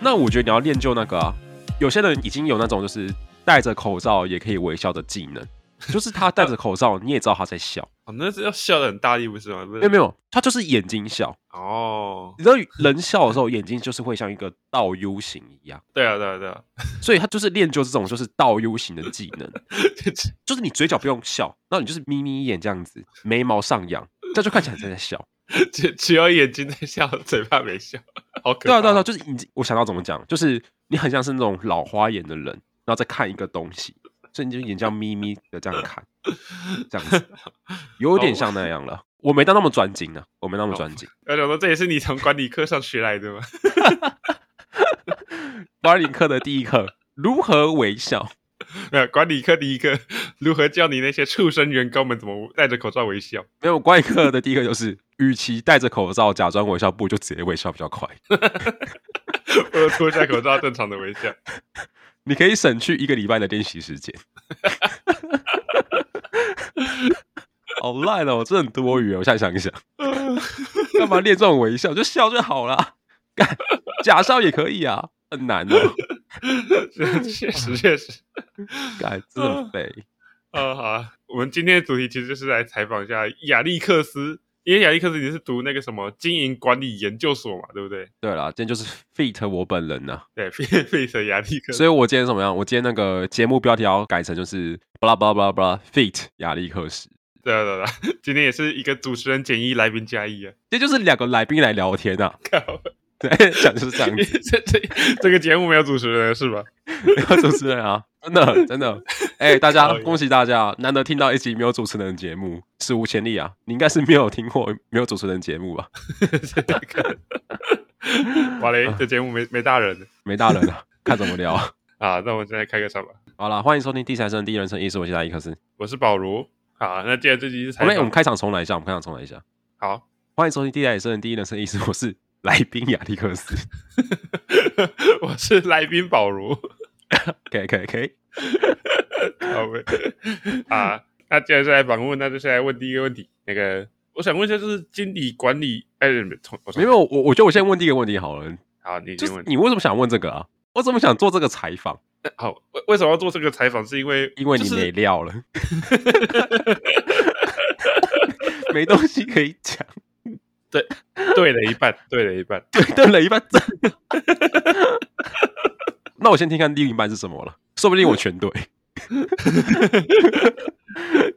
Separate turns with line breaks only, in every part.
那我觉得你要练就那个啊，有些人已经有那种就是戴着口罩也可以微笑的技能，就是他戴着口罩，你也知道他在笑。
哦，那是要笑的很大力，不是吗？不
没有
是
没有，他就是眼睛笑。
哦，
你知道人笑的时候，眼睛就是会像一个倒 U 型一样，
对啊，对啊，对 啊，
所以他就是练就这种就是倒 U 型的技能，就是你嘴角不用笑，然后你就是眯眯眼这样子，眉毛上扬，这样就看起来真的在笑。
只只有眼睛在笑， 嘴巴没笑，好可
对
怕。
啊，对啊，对啊，就是你，我想到怎么讲，就是你很像是那种老花眼的人，然后再看一个东西，所以你就眼睛要眯眯的这样看，这样子，有点像那样了。我没到那么专精呢、我没那么专精。
我想说，这也是你从管理课上学来的吗？
巴林课的第一课，如何微笑？
没有，管理课第一课，如何教你那些畜生员工们怎么戴着口罩微笑？
没有，管理课的第一课就是，与其戴着口罩假装微笑，不如就直接微笑比较快。
或者脱下口罩正常的微笑。
你可以省去一个礼拜的练习时间。 好烂哦，这很多余哦。我现在想一想，干嘛练这种微笑？就笑就好啦。干假笑也可以啊，很难哦。
确实，确实。
干真的
嗯
很废。
呃，好啊、我们今天的主题其实就是来采访一下亚历克斯，因为亚历克斯你是读那个什么经营管理研究所嘛，对不对？
对啦，今天就是 fit 我本人呐、
对，费费舍亚历克斯。
所以我今天怎么样？我今天那个节目标题要改成就是巴拉巴拉巴拉巴拉 fit 亚历克斯。
对啊对啊 对啊，今天也是一个主持人减一，来宾加一啊。
这就是两个来宾来聊天啊，
靠，
对，讲就是这样子。
这这这个节目没有主持人了是 吧？
没有主持人啊，真的真的，哎、大家
讨厌
恭喜大家，难得听到一集没有主持人的节目，史无前例啊！你应该是没有听过没有主持人的节目吧？
哇嘞，这节目没没大人
没大人啊，看怎么聊啊！
啊。那我们现在开个场吧。好
好啦，欢迎收听《第三声第一人称艺术》，我是大一克斯。
我是保罗。好，那既然这集是
我
采
们我们
访，
开场重来一下，我们开场重来一下。
好，
欢迎收听《第三声第一人称艺术》，我是来宾亚历克斯。
我是来宾保罗。
可以可以可以，
好呗。啊，那既然是来访问，那就是来问第一个问题。那个，我想问一下，就是经理管理，哎，从我
没有我我觉得我先问第一个问题好了，
好，你
就
先
是
问。
你为什么想问这个啊？我怎么想做这个采访？
好，为为什么要做这个采访？是因为
因为你
就是
没料了， 没东西可以讲。
对了一半，对了一半。
对对了一半，真的 那我先听看另一半是什么了，说不定我全对。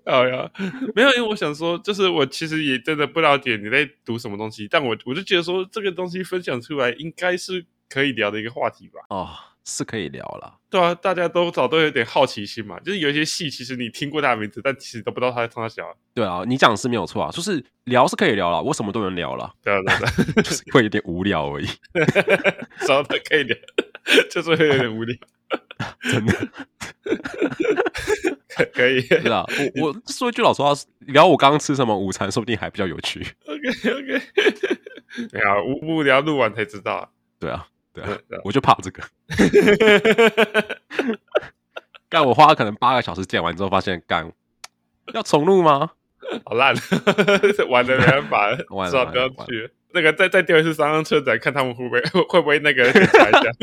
哎呀，没有，因为我想说，就是我其实也真的不了解你在读什么东西，但我我就觉得说这个东西分享出来应该是可以聊的一个话题吧。
哦，是可以聊了。
对啊，大家都早都有点好奇心嘛，就是有一些戏其实你听过他的名字，但其实都不知道他在冲他小。
对啊，你讲的是没有错啊，就是聊是可以聊了，我什么都能聊了，
对啊，对啊对啊。
就是会有点无聊而已，
找到可以聊，就是会有点无聊。
真的。
可可以
对啊，我我说一句老实话，聊我刚刚吃什么午餐，说不定还比较有趣。
，OK OK。没有啊无无聊，录完才知道。
对啊，对啊
对，对
我就怕这个。干，我花了可能八个小时剪完之后，发现干要重录吗？
好烂， 玩的没办法，
完了
只好
完了
不要
完了
去。那个再再丢一次三辆车仔，看他们会不会 会不会那个检查一下。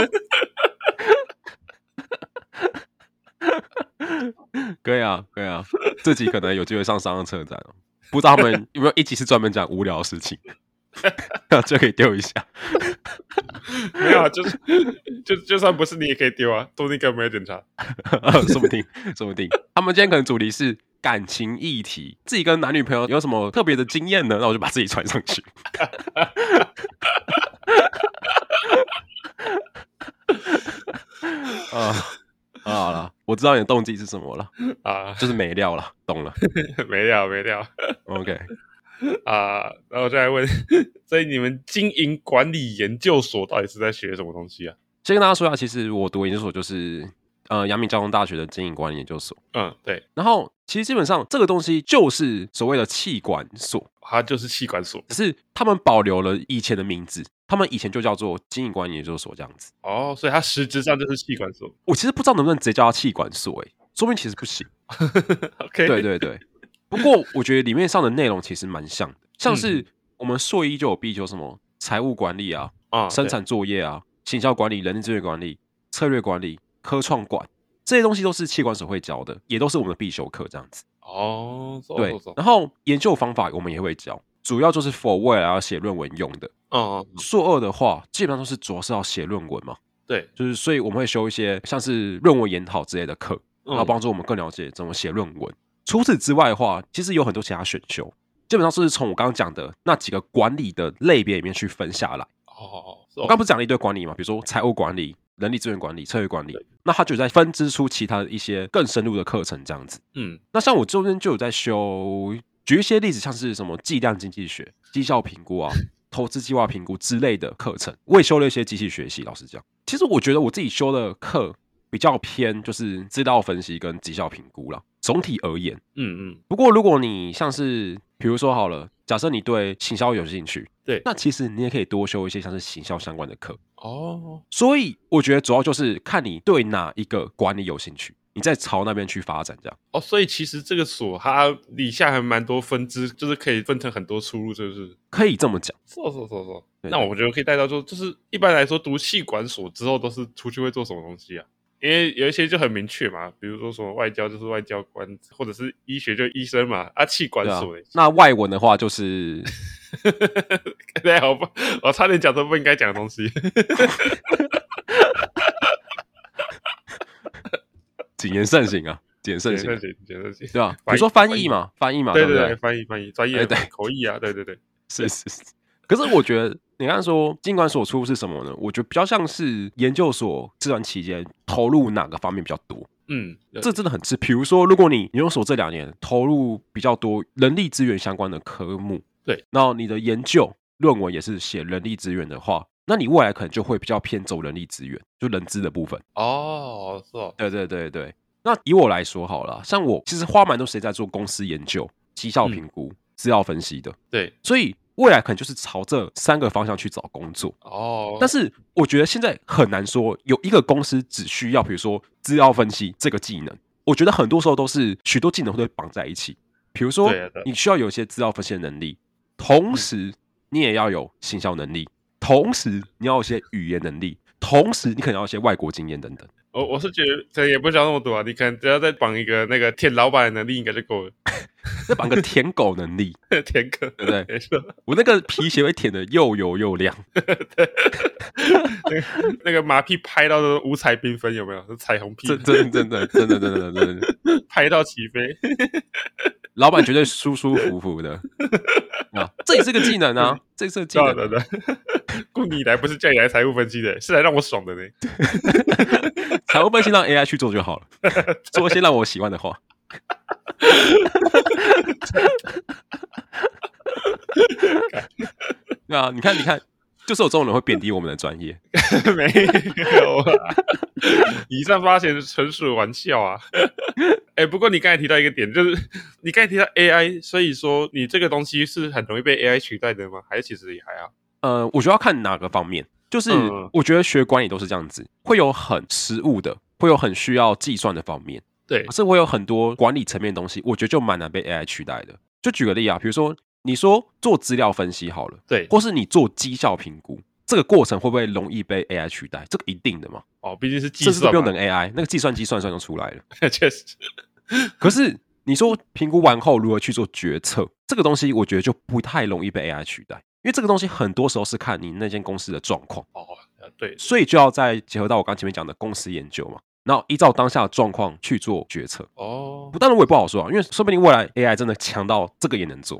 可以啊，可以啊，这集可能有机会上商业车展哦，不知道他们有没有一集是专门讲无聊的事情， 就可以丢一下。
没有啊，就是就就算不是你也可以丢啊，多那个没有检查。
说不定，说不定他们今天可能主题是感情议题，自己跟男女朋友有什么特别的经验呢？那我就把自己传上去。 啊啊，好了，我知道你的动机是什么了，
啊，
就是没料了，懂了。
没料没料
OK，
啊。然后再来问， 所以你们经营管理研究所到底是在学什么东西啊？
先跟大家说一下，其实我读研究所就是呃阳明交通大学的经营管理研究所，
嗯，对，
然后其实基本上这个东西就是所谓的气管所，
它就是气管所。
只是他们保留了以前的名字，他们以前就叫做经营管理研究所这样子。
哦，所以它实质上就是气管所。
我其实不知道能不能直接叫它气管所、欸，说不定其实不行。
OK，
对对对，不过我觉得里面上的内容其实蛮
嗯
像的，像是我们硕一就有必修什么财务管理啊、
啊，
生产作业啊、行销管理、人力资源管理、策略管理、科创管这些东西都是气管所会教的，也都是我们的必修课这样子。
哦，走
对
走，走，
然后研究方法我们也会教，主要就是 for 未来要写论文用的。
嗯，
硕二的话，基本上都是主要是要写论文嘛，
对，
就是所以我们会修一些像是论文研讨之类的课，然后
嗯，
帮助我们更了解怎么写论文。除此之外的话，其实有很多其他选修，基本上是从我刚刚讲的那几个管理的类别里面去分下来。
哦，
我
我
刚不是讲了一堆管理嘛，比如说财务管理、人力资源管理、策略管理，那它就在分支出其他的一些更深入的课程这样子。
嗯，
那像我中间就有在修，举一些例子，像是什么计量经济学、绩效评估啊、投资计划评估之类的课程，我也修了一些机器学习。老实讲，其实我觉得我自己修的课比较偏就是资料分析跟绩效评估啦。总体而言，
嗯嗯，
不过如果你像是比如说好了，假设你对行销有兴趣，
对
那其实你也可以多修一些像是行销相关的课。
哦，
所以我觉得主要就是看你对哪一个管理有兴趣，你再朝那边去发展这样。
哦，所以其实这个所它底下还蛮多分支，就是可以分成很多出路，是不是？哦
可以这么讲。
走走走走，
对
那我觉得可以带到说，就是一般来说读气管所之后都是出去会做什么东西啊？因为有一些就很明确嘛，比如说什么外交就是外交官，或者是医学就医生嘛，啊，气管
对啊
所嘞，
那外文的话就是，
对，啊好吧，我差点讲出不应该讲的东西。
谨言慎行啊，谨言慎行啊，
行行行，
对吧、比如说翻译嘛，翻译嘛，
对
不
对
啊对
对，？翻译翻译，专业
哎对
口译啊，对对对，
是是是。可是我觉得，你刚才说尽管所出是什么呢？我觉得比较像是研究所这段期间投入哪个方面比较多，
嗯，
这真的很吃。比如说，如果你研究所这两年投入比较多人力资源相关的科目，
对，
然后你的研究论文也是写人力资源的话，那你未来可能就会比较偏走人力资源，就人资的部分。
哦，是哦，
对对对对。那以我来说好了，像我其实花蛮多时间在做公司研究、绩
嗯
效评估、资料分析的，
对，
所以未来可能就是朝这三个方向去找工作。
哦，
但是我觉得现在很难说有一个公司只需要，比如说资料分析这个技能。我觉得很多时候都是许多技能会绑在一起，比如说
对啊对啊嗯
你需要有一些资料分析的能力，同时你也要有行销能力，同时你要有一些语言能力，同时你可能要有一些外国经验等等。
我我是觉得可能也不需要那么多啊，你可能只要再绑一个那个舔老板的能力应该就够了，
再绑个 舔狗能力，
舔狗，
对不对？
没 错，
我那个皮鞋会舔的又油又亮，
那个马屁拍到都五彩缤纷，有没有？彩虹屁
真真真的真的真的真的真的，
拍到起飞，
老板绝对舒舒服服的啊！这也是个技能啊，这也是个技
对
能
对对，雇你来不是叫你来财务分析的，是来让我爽的呢。
啊，财务分析让 AI 去做就好了，做一些让我喜欢的话。对啊，你看，你看，就是有这种人会贬低我们的专业，
没有啊，以上发言纯属玩笑啊。哎、不过你刚才提到一个点，就是你刚才提到 AI，所以说你这个东西是很容易被 AI 取代的吗？还是其实也还好？
呃，我觉得要看哪个方面，就是
嗯
我觉得学管理都是这样子，会有很实务的，会有很需要计算的方面，
对
可，是会有很多管理层面的东西，我觉得就蛮难被 AI 取代的。就举个例啊，比如说你说做资料分析好了，
对
或是你做绩效评估，这个过程会不会容易被 AI 取代？这个一定的嘛，
哦，毕竟是计
甚至都
算
不用
嘛
等，AI，那个计算机算一算就出来了。
确实，
可是你说评估完后如何去做决策，这个东西我觉得就不太容易被 AI 取代，因为这个东西很多时候是看你那间公司的状况。
哦，呃对，
所以就要再结合到我刚前面讲的公司研究嘛，然后依照当下的状况去做决策。
哦
不，当然我也不好说啊，因为说不定未来 AI 真的强到这个也能做，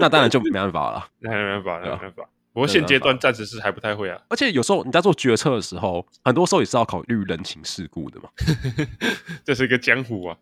那当然就没办法了。
那没办法，那
对啊
没办法。不过
没
现
办
阶
法
段暂时是还不太会啊，
而且有时候你在做决策的时候，很多时候也是要考虑人情世故的嘛。
这是一个江湖啊。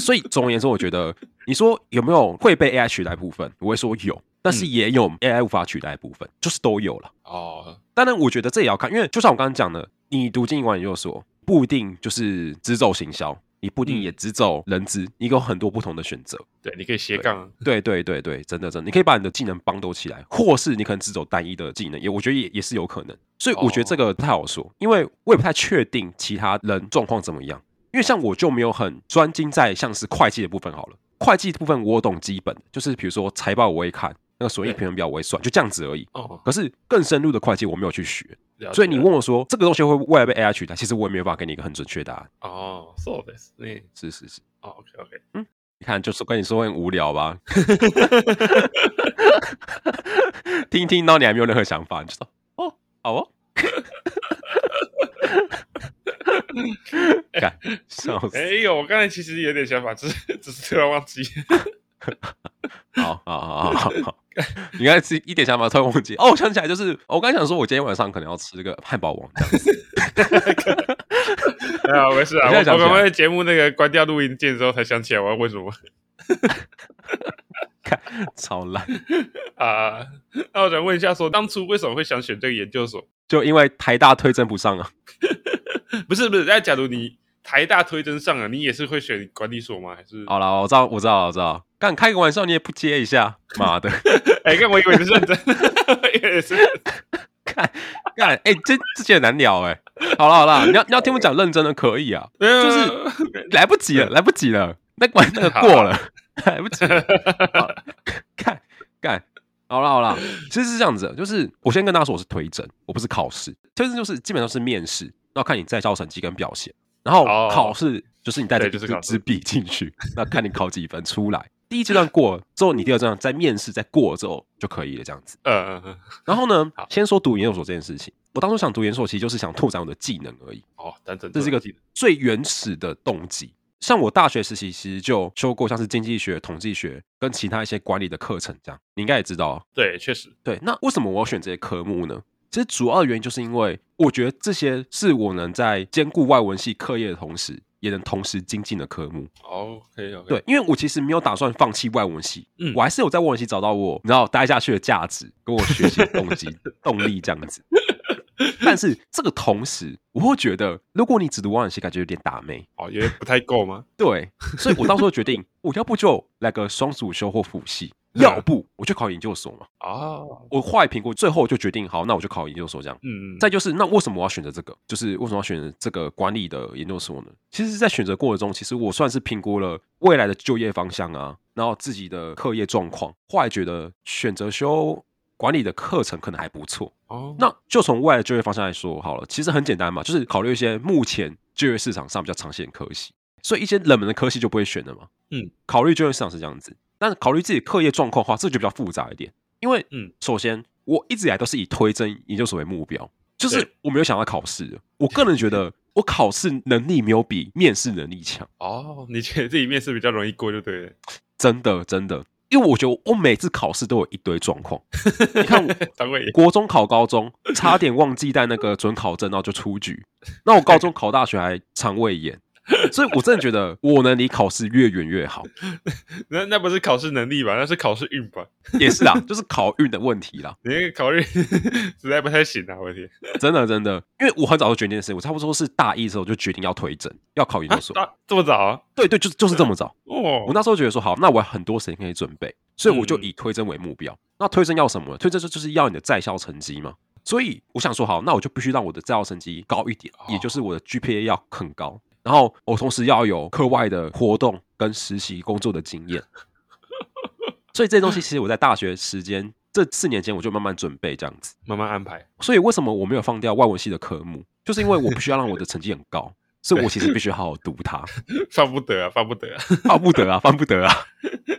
所以总而言之，我觉得你说有没有会被 AI 取代部分，我会说有，但是也有 AI 无法取代的部分，就是都有了。
哦，
当然，我觉得这也要看，因为就像我刚刚讲的，你读经营管研究所不一定就是只走行销，你不一定
嗯
也只走人资，你有很多不同的选择。
对，你可以斜杠 啊，
对对对对，真的真的，你可以把你的技能帮都起来，或是你可能只走单一的技能，也我觉得也也是有可能。所以我觉得这个不太好说，因为我也不太确定其他人状况怎么样。因为像我就没有很专精在像是会计的部分好了，会计的部分我懂基本，就是比如说财报我会看，那个损益
对
平衡表我会算，就这样子而已。
哦，
可是更深入的会计我没有去学，
了解
所以你
了
问我说这个东西会未来被 AI 取代，其实我也没有办法给你一个很准确的答案。
哦，そうですね。
是是是，
哦，OK OK，
你看，就是跟你说很无聊吧，听一听到你还没有任何想法，你就说哦，好哦，干笑死，
哎呦，我刚才其实有点想法，只是只是突然忘记。
好好好好好，你刚才是一点想法突然忘记哦，我想起来，就是哦我刚才想说，我今天晚上可能要吃这个汉堡王这样子，
哎呀，没事
我
啊，我
现在想
我
起来
刚刚在节目那个关掉录音键之后才想起来我要问什么
超烂，
啊。那我想问一下说当初为什么会想选这个研究所？
就因为台大推甄不上啊，
不是不是，那假如你台大推甄上了，你也是会选管理所吗？还是？
好啦，我知道，我知道，我知道。干开个玩笑，你也不接一下，妈的！
哎，看我以为你是 认真，也是
干干，哎、这这件难聊哎、好了好了，你要你要听我讲认真的可以啊，
没有
就是
没有
来不及了，来不及了，那关那个过了， 来不及了。好干干，好了好了，其实是这样子的，就是我先跟大家说，我是推甄，我不是考试。推甄就是基本上是面试，要看你在校成绩跟表现，然后
哦
考试就是你带着
对
一
就是
支
考试
支笔进去，那看你考几分出来。第一阶段过了之后，你第二阶段再面试，再过了之后就可以了，这样子。
嗯嗯嗯，
然后呢
好，
先说读研究所这件事情。我当初想读研究所，其实就是想拓展我的技能而已，
哦，等等，
这是一个
等
最原始的动机。像我大学时期其实就修过像是经济学、统计学跟其他一些管理的课程，这样你应该也知道。哦
对，确实，
对，那为什么我要选这些科目呢？其实主要的原因就是因为我觉得这些是我能在兼顾外文系课业的同时，也能同时精进的科目。
OK OK，
对，因为我其实没有打算放弃外文系，
嗯
我还是有在外文系找到我你知道待下去的价值，跟我学习的动 机、动力这样子。但是这个同时，我会觉得，如果你只读外文系，感觉有点打妹。
哦，有点不太够 吗？
对，所以我到时候决定，我要不就来个双主修或辅系，
嗯
要不我就考研究所嘛。
哦，
我后来评估，最后就决定，好，那我就考研究所这样。
嗯，
再就是，那为什么我要选择这个？就是为什么要选择这个管理的研究所呢？其实，在选择过程中，其实我算是评估了未来的就业方向啊，然后自己的课业状况。后来觉得选择修管理的课程可能还不错。
哦，
那就从未来的就业方向来说好了，其实很简单嘛，就是考虑一些目前就业市场上比较常见的科系，所以一些冷门的科系就不会选了嘛。
嗯，
考虑就业市场是这样子，但是考虑自己课业状况的话，这就比较复杂一点。因为，
嗯，
首先我一直以来都是以推甄研究所为目标，就是
对
我没有想到考试的。我个人觉得，我考试能力没有比面试能力强，
哦，你觉得自己面试比较容易过就对了。
真的真的，因为我觉得我每次考试都有一堆状况。你看我，
张伟，
国中考高中，差点忘记带那个准考证，然后就出局。那我高中考大学还肠胃炎，所以我真的觉得我能离考试越远越好。
那那不是考试能力吧？那是考试运吧？
也是啦，就是考运的问题啦，
你那个考虑 实在不太行啊！我的天，
真的真的，因为我很早就决定的事，我差不多是大一的时候就决定要推甄，要考研究所。
啊这么早啊？
对对，就是就是这么早。我
哦，
那时候觉得说，好，那我有很多时间可以准备，所以我就
嗯
以推甄为目标。那推甄要什么呢？推甄就就是要你的在校成绩嘛。所以我想说，好，那我就必须让我的在校成绩高一点，
哦
也就是我的 GPA 要很高。然后我同时要有课外的活动跟实习工作的经验。所以这些东西其实我在大学时间这四年间，我就慢慢准备这样子。
慢慢安排。
所以为什么我没有放掉外文系的科目，就是因为我必须要让我的成绩很高，所以我其实必须好好读 它，
放不得啊，放不得啊！
放不得啊，放不得啊。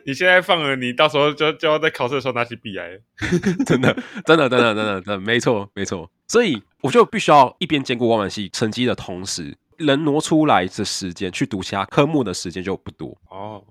你现在放了，你到时候就就要在考试的时候拿起笔来。
真的，真的，真的，真的，真的，没错，没错。所以我就必须要一边兼顾外文系成绩的同时，能挪出来的时间去读其他科目的时间就不多。
哦，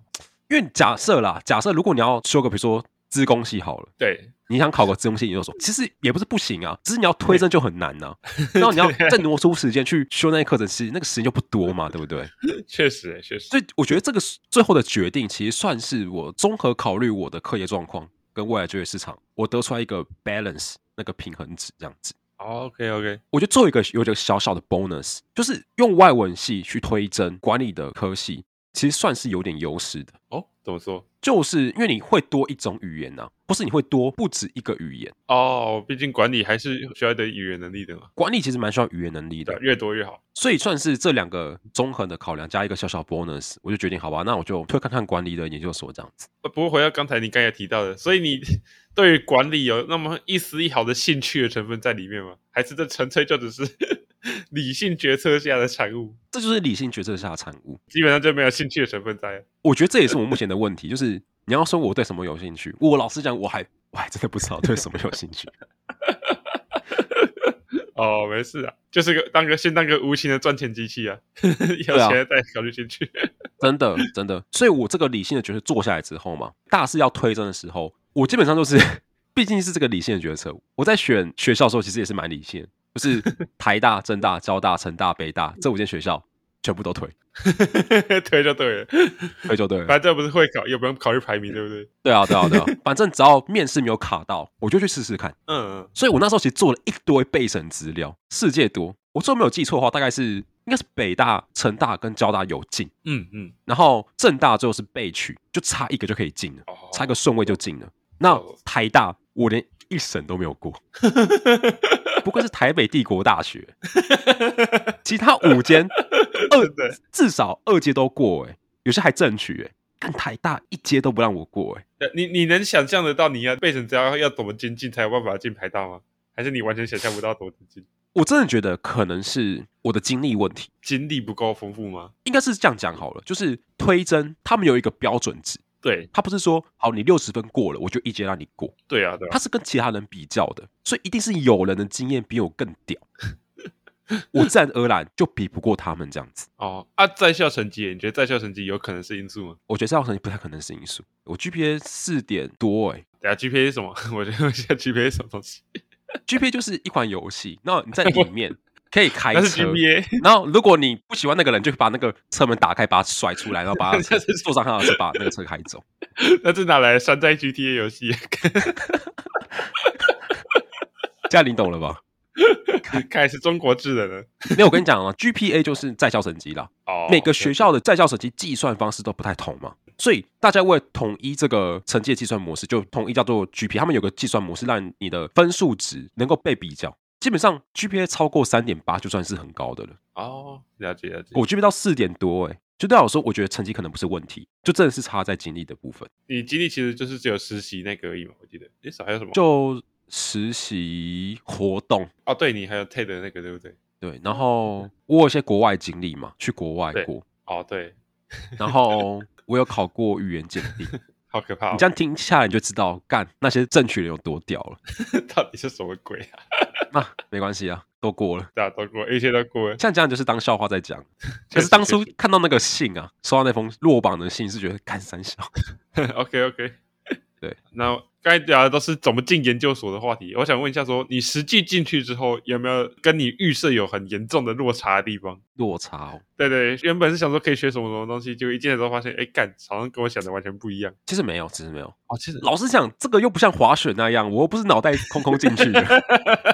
因为假设啦，假设如果你要修个比如说资工系好了，
对，
你想考个资工系研究所，其实也不是不行啊，只是你要推甄就很难呐、啊然后你要再挪出时间去修那些课程，其实那个时间就不多嘛，对不对？
确实、欸，确实
所。以我觉得这个是最后的决定，其实算是我综合考虑我的课业状况跟未来就业市场，我得出来一个 balance 那个平衡值这样子。
OK OK，
我觉得最后一个有一个小小的 bonus，就是用外文系去推甄管理的科系，其实算是有点优势的。
哦，怎怎么说？
就是因为你会多一种语言呐、或是你会多不止一个语言。
哦，毕竟管理还是需要一点语言能力的嘛，
管理其实蛮需要语言能力
对
的
啊，，越多越好。
所以算是这两个综合的考量加一个小小 bonus，我就决定好吧，那我就推看看管理的研究所这样子。
呃不过回到刚才你刚才提到的，所以你 对于管理有那么一丝一毫的兴趣的成分在里面吗？还是这纯粹就只是 理性决策下的产物？
这就是理性决策下的产物。
基本上就没有兴趣的成分在。
我觉得这也是我目前的问题，就是你要说我对什么有兴趣，我老实讲，我还我还真的不知道对什么有兴趣。
哦，没事啊，就是个当个先当个无情的赚钱机器啊， 有
啊
钱再考虑进去。
真的，真的。所以我这个理性的决策做下来之后嘛，大事要推甄的时候，我基本上就是，毕竟是这个理性的决策。我在选学校的时候，其实也是蛮理性的，就是台大、政大、交大、成大、北大这五间学校全部都推，
推就对了，
推就对了。
反正这不是会考，也不用考虑排名，对不对？
对啊，对啊，对啊，反正只要面试没有卡到，我就去试试看。
嗯，
所以我那时候其实做了一堆备审资料，世界多。我最后没有记错的话，大概是应该是北大、成大跟交大有进，
嗯嗯，
然后政大最后是被取，就差一个就可以进了。
哦，
差一 个顺位就进了。那
哦
台大我连一审都没有过，不愧是台北帝国大学，其他五间
真的
至少二阶都过、欸，有些还正取、欸，但台大一阶都不让我过、欸，
呃你你能想象得到你要背成资料要怎么精进才有办法进排大吗？还是你完全想象不到怎么精进？
我真的觉得可能是我的经历问题，
经历不够丰富吗？
应该是这样讲好了，就是推甄他们有一个标准值，
对
他不是说好你六十分过了我就一阶让你过，
对啊，对啊，
他是跟其他人比较的，所以一定是有人的经验比我更屌， 我自然而然就比不过他们这样子。
哦啊，在校成绩耶，你觉得在校成绩有可能是因素吗？
我觉得这样成绩不太可能是因素。我 GPA 四点多、欸，
等下 GPA 是什么？ 我觉得我现在 GPA 是什么东西？
g p a 就是一款游戏，那你在里面可以开
那是
车，
GPA，
然后如果你不喜欢那个人，就把那个车门打开，把他甩出来，然后把他
那是
坐上他的车，把那个车开走。
那是哪来的山寨 GTA 游戏？
这样你懂了吧？
看来是中国制的呢。
没有，我跟你讲啊，GPA 就是在校成绩啦。
哦，
每个学校的在校成绩计算方式都不太同嘛，所以大家为了统一这个成绩的计算模式，就统一叫做 GPA。他们有个计算模式，让你的分数值能够被比较。基本上 GPA 超过三点八就算是很高的了，
哦，了解了解。
我 GPA 到四点多、欸，哎，就对我来说，我觉得成绩可能不是问题，就真的是差在经历的部分。
你经历其实就是只有实习那个而已嘛，我记得。诶，少还有什么？
就实习活动，
哦，对你还有 TED 的那个，对不对？
对，然后我有一些国外经历嘛，去国外
嗯对
过，
哦，对，
然后我有考过语言鉴定。
好可怕、哦！
你这样听下来，你就知道干那些正取人有多屌 了。
到底是什么鬼啊？
那、没关系啊，都过了。
大家都过，一切都过了。
像这样就是当笑话在讲。 可
确
是
实
当初
确
看到那个信啊，收到那封落榜的信，是觉得干三小。
实 OK OK，
对。
那刚才聊的都是怎么进研究所的话题，我想问一下说你实际进去之后有没有跟你预设有很严重的落差的地方？
落差、哦、
对对，原本是想说可以学什么什么东西，结果一进来之后发现，哎，干，好像跟我想的完全不一样。
其实没有，其实没有。
哦，其实
老实讲，这个又不像滑雪那样，我又不是脑袋空空进 去的。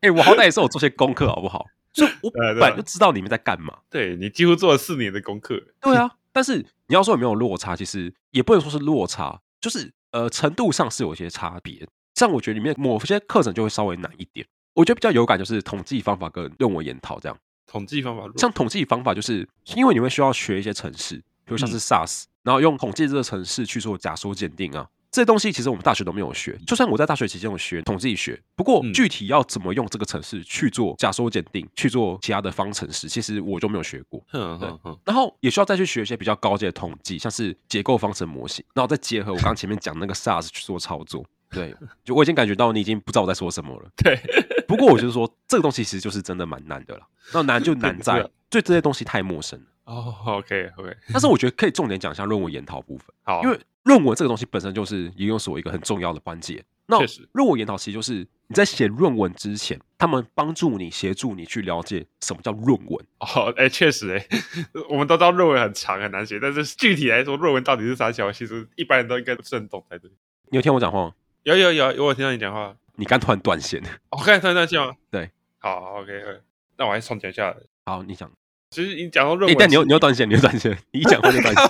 哎、我好歹也是有做些功课，好不好？所以我
对啊
本
对啊
来就知道你们在干嘛。
对你几乎做了四年的功课，
对啊，但是你要说有没有落差，其实也不能说是落差，就是呃程度上是有一些差别。像我觉得里面某些课程就会稍微难一点，我觉得比较有感就是统计方法跟论文研讨这样。
统计方法论
像统计方法，就是因为你会需要学一些程式，比如像是 SAS，、然后用统计这个程式去做假说鉴定啊。这些东西其实我们大学都没有学，就算我在大学期间有学统计学，不过
嗯
具体要怎么用这个程式去做假说鉴定，去做其他的方程式，其实我就没有学过。
哼
对
哼哼，
然后也需要再去学一些比较高阶的统计，像是结构方程模型，然后再结合我刚前面讲那个 SARS 去做操作。对，就我已经感觉到你已经不知道我在说什么了。
对，
不过我就是说，这个东西其实就是真的蛮难的啦。那难就难
对
在
啊
对这些东西太陌生了。
哦，OK OK，
但是我觉得可以重点讲一下论文研讨部分，
好，
因为论文这个东西本身就是研究所一个很重要的关键。那
确实
论文研讨其实就是你在写论文之前，他们帮助你、协助你去了解什么叫论文。
哦，哎、确实、欸，哎，我们都知道论文很长很难写，但是具体来说，论文到底是啥小，其实一般人都应该不是很懂才对。
你有听我讲话吗？
有有有，我有听到你讲话，哦
你刚突然断线。
我看到那吗？
对，
好，OK，, o k 那我还是重讲一下。
好，你讲。
其实你讲到论
哎、
文，啊
但你又你又断线，你又断线，你一讲话就断线。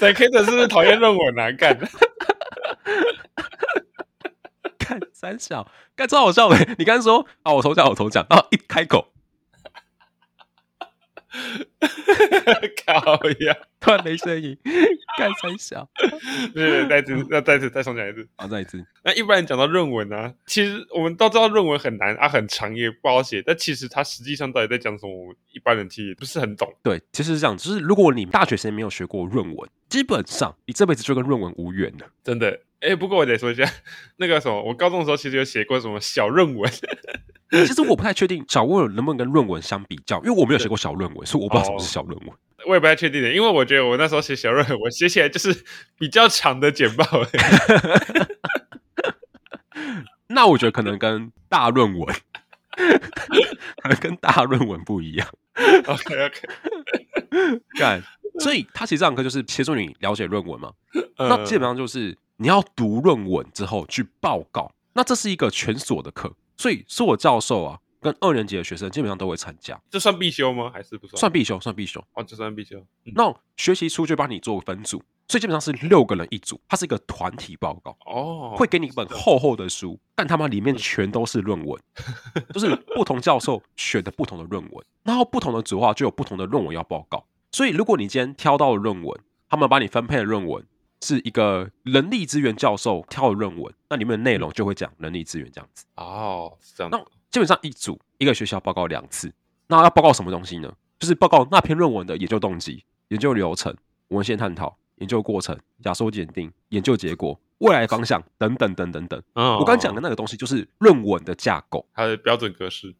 展 K 的是不是讨厌论文啊？干，
看三小，看超好笑的。 你刚才说啊，我抽奖，我抽奖，然后一开口，
靠呀！
突然没声音，看三小。
不是，再次，要再次再重讲一次。
好，再一次，
那一般人讲到论文啊，其实我们都知道论文很难啊，很长也不好写，但其实它实际上到底在讲什么，我们一般人其实也不是很懂。
对，其实是这样，就是如果你大学生没有学过论文，基本上你这辈子就跟论文无缘了。
真的。哎，不过我得说一下， 那个什么，我高中的时候其实有写过什么小论文，
其实我不太确定小论文能不能跟论文相比较，因为我没有写过小论文，所以我不知道什么是小论文。
我也不太确定的，因为我觉得我那时候写小论文，我写起来就是比较长的简报 而已。
那我觉得可能跟大论文， 可能跟大论文不一样。
OK OK，
干，所以它其实上课就是协助你了解论文嘛。
嗯
那基本上就是你要读论文之后去报告。那这是一个全所的课，所以所有教授啊跟二年级的学生基本上都会参加，
这算必修吗？还是不算？
算必修，算必修。
哦，这算必修。嗯
那学习书就帮你做分组，所以基本上是六个人一组，它是一个团体报告。
哦，
会给你一本厚厚的书，但他妈里面全都是论文， 就是不同教授选的不同的论文，然后不同的组的话就有不同的论文要报告。所以如果你今天挑到的论文，他们把你分配的论文是一个人力资源教授挑的论文，那里面的内容就会讲人力资源这样子。
哦，是这样
那基本上一组一个学校报告两次，那要报告什么东西呢？就是报告那篇论文的研究动机、研究流程、文献探讨、研究过程、假说检定、研究结果、未来方向等等等等等。
嗯，
我刚刚讲的那个东西就是论文的架构，
它的标准格式。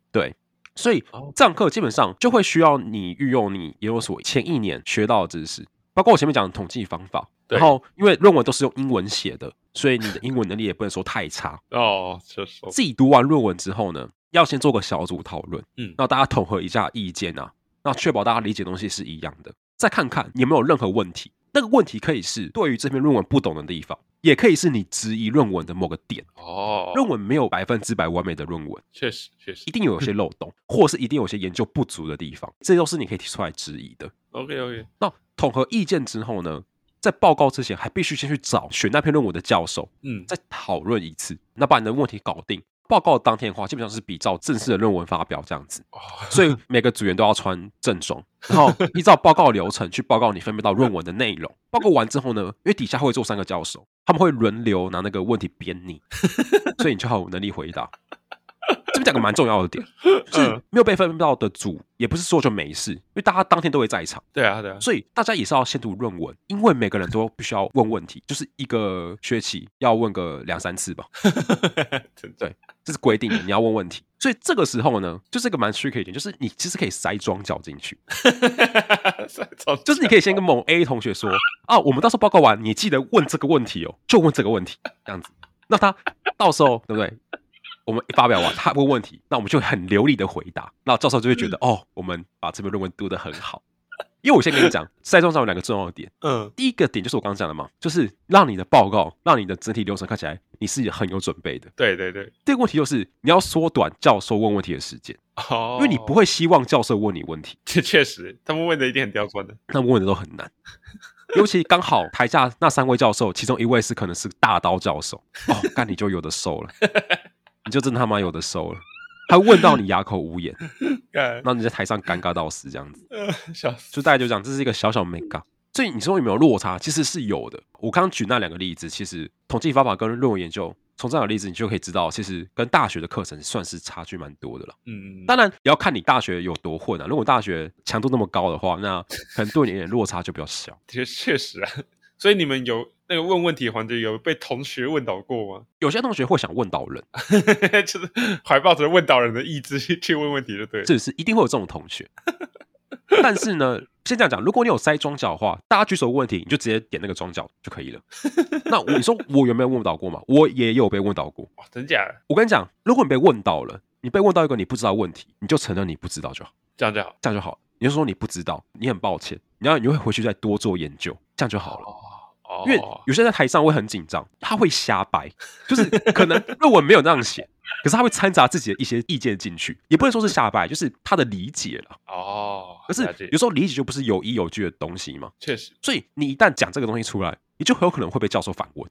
所以
哦
这堂课基本上就会需要你运用你研究所前一年学到的知识，包括我前面讲的统计方法。
对
然后，因为论文都是用英文写的，所以你的英文能力也不能说太差。
哦，这时候
自己读完论文之后呢，要先做个小组讨论，
嗯
那大家统合一下意见啊，那确保大家理解的东西是一样的，再看看有没有任何问题。那个问题可以是对于这篇论文不懂的地方，也可以是你质疑论文的某个点。
哦，
论文没有百分之百完美的论文，
确实确实
一定有些漏洞，或是一定有些研究不足的地方，这都是你可以提出来质疑的。
，OK OK，
那统合意见之后呢，在报告之前还必须先去找选那篇论文的教授，
嗯，
再讨论一次，那把你的问题搞定。报告当天的话，基本上是比照正式的论文发表这样子，
哦，
所以每个组员都要穿正装，然后依照报告流程去报告你分配到论文的内 容。报告完之后呢，因为底下会做三个教授，他们会轮流拿那个问题编 你，所以你就好有能力回答。这边讲个蛮重要的点，就是
嗯
没有被分配到的组，也不是说就没事，因为大家当天都会在场。
对啊对啊，
所以大家也是要先读论文，因为每个人都必须要问问题，就是一个学期要问个两三次吧，
真的
对这是规定的，你要问问题。所以这个时候呢，就是一个蛮 tricky 一点，就是你其实可以塞装脚进去，就是你可以先跟某 A 同学说啊，我们到时候报告完，你记得问这个问题哦，就问这个问题，这样子。那他到时候对不对？我们一发表完，他问问题，那我们就很流利的回答，那教授就会觉得哦，我们把这篇论文读得很好。因为我先跟你讲， 塞装上有两个重要的点。
嗯，
第一个点就是我刚刚讲的嘛，就是让你的报告，让你的整体流程看起来你是很有准备的。
对对对，
第二个问题就是你要缩短教授问问题的时间，
哦，
因为你不，会希望教授问你问题，
这确实，他们问的一定很刁钻的，
那问的都很难。尤其刚好台下那三位教授，其中一位是可能是大刀教授，哦，干你就有的收了，你就真他妈有的收了。他问到你哑口无言，
干
然，后你在台上尴尬到死这样子。
呃笑死，
就大概就这样，这是一个小小 make up。所以你说有没有落差？其实是有的。我刚刚举那两个例子，其实统计方法跟论文研究，从这两个例子你就可以知道，其实跟大学的课程算是差距蛮多的了。
嗯，
当然也要看你大学有多混啊。如果大学强度那么高的话，那可能对你的落差就比较小。
确确实啊，所以你们有那个问问题环节有被同学问倒过吗？
有些同学会想问导人，啊
就是怀抱着问倒人的意志去去问问题就对了，
这是一定会有这种同学。但是呢，先这样讲，如果你有塞装脚的话，大家举手问问题，你就直接点那个装脚就可以了。那我你说我有没有问倒过嘛？我也有被问倒过。
哇，真假的？
我跟你讲，如果你被问到了，你被问到一个你不知道的问题，你就承认你不知道就好，
这样就好
这样就好。你就说你不知道，你很抱歉，然后你会回去再多做研究，这样就好了。
哦哦，
因为有些人在台上会很紧张，他会瞎掰，就是可能论文没有那样写，可是他会掺杂自己的一些意见进去，也不能说是瞎掰，就是他的理解了。
哦，
可是
了解
有时候理解就不是有依有据的东西嘛，
确实，
所以你一旦讲这个东西出来，你就很有可能会被教授反 问。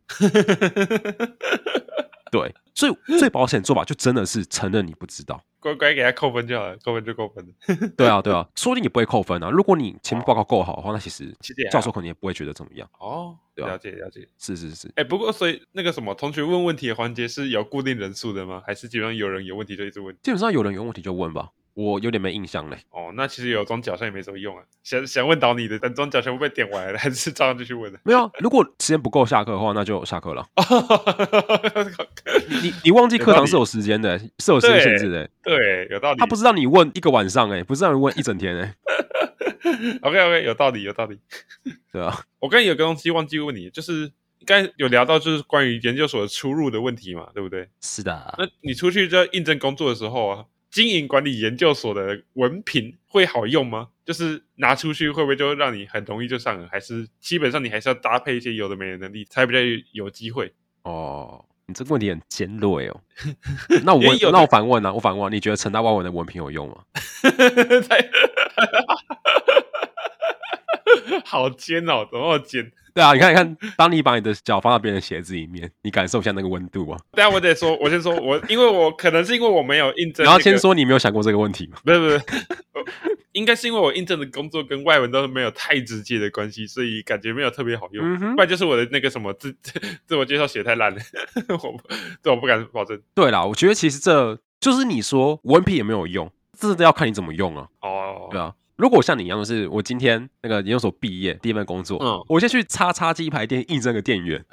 对，所以最保险的做法就真的是承认你不知道。
乖乖给他扣分就好了，扣分就扣分了。
对啊，对啊，说不定也不会扣分啊。如果你前面报告够好的话，那其实
其实也还好
教授可能也不会觉得怎么样。
哦，
对啊
了解了解。
是是是，
哎、不过所以那个什么同学问问题的环节是有固定人数的吗？还是基本上有人有问题就一直问？
基本上有人有问题就问吧，我有点没印象嘞。
哦，那其实有装假象也没什么用啊。想想问倒你的，等装假象会被点完啊 了，还是照样继续问的？
没有啊，如果时间不够下课的话，那就下课了。
哦，
你你忘记
有
课
道
堂
理
是有时间的欸，是有时间限制的欸。
对，有道理。
他不是让你问一个晚上，哎，不是让你问一整天， 哎，
OK OK，有道理有道理。
对啊，
我刚才有个东西忘记问你，就是刚才有聊到就是关于研究所的出入的问题嘛，对不对？
是的，
那你出去在应征工作的时候啊，经营管理研究所的文凭会好用吗？就是拿出去会不会就让你很容易就上了？还是基本上你还是要搭配一些有的没的能力，才比较有机会？
哦，你这个问题很尖锐 哦。那我
因为
问
有，的
那我反问啊，我反问啊，你觉得成大外文的文凭有用吗？
才好尖哦，怎么那么尖？
对啊，你看，你看，当你把你的脚放到别人的鞋子里面，你感受一下那个温度啊。
但我得说，我先说，我因为我可能是因为我没有应征、
然后先
说。
说你没有想过这个问题吗？
不是不是，呃应该是因为我应征的工作跟外文都是没有太直接的关系，所以感觉没有特别好用。
嗯哼
不，然就是我的那个什么自 自我介绍写太烂了，我不这我不敢保证。
对啦，我觉得其实这就是你说文凭也没有用，这真的要看你怎么用啊。
哦，
对啊，如果我像你一样，就是我今天那个研究所毕业第一份工作，
嗯
我先去叉叉鸡排店应征个店 员，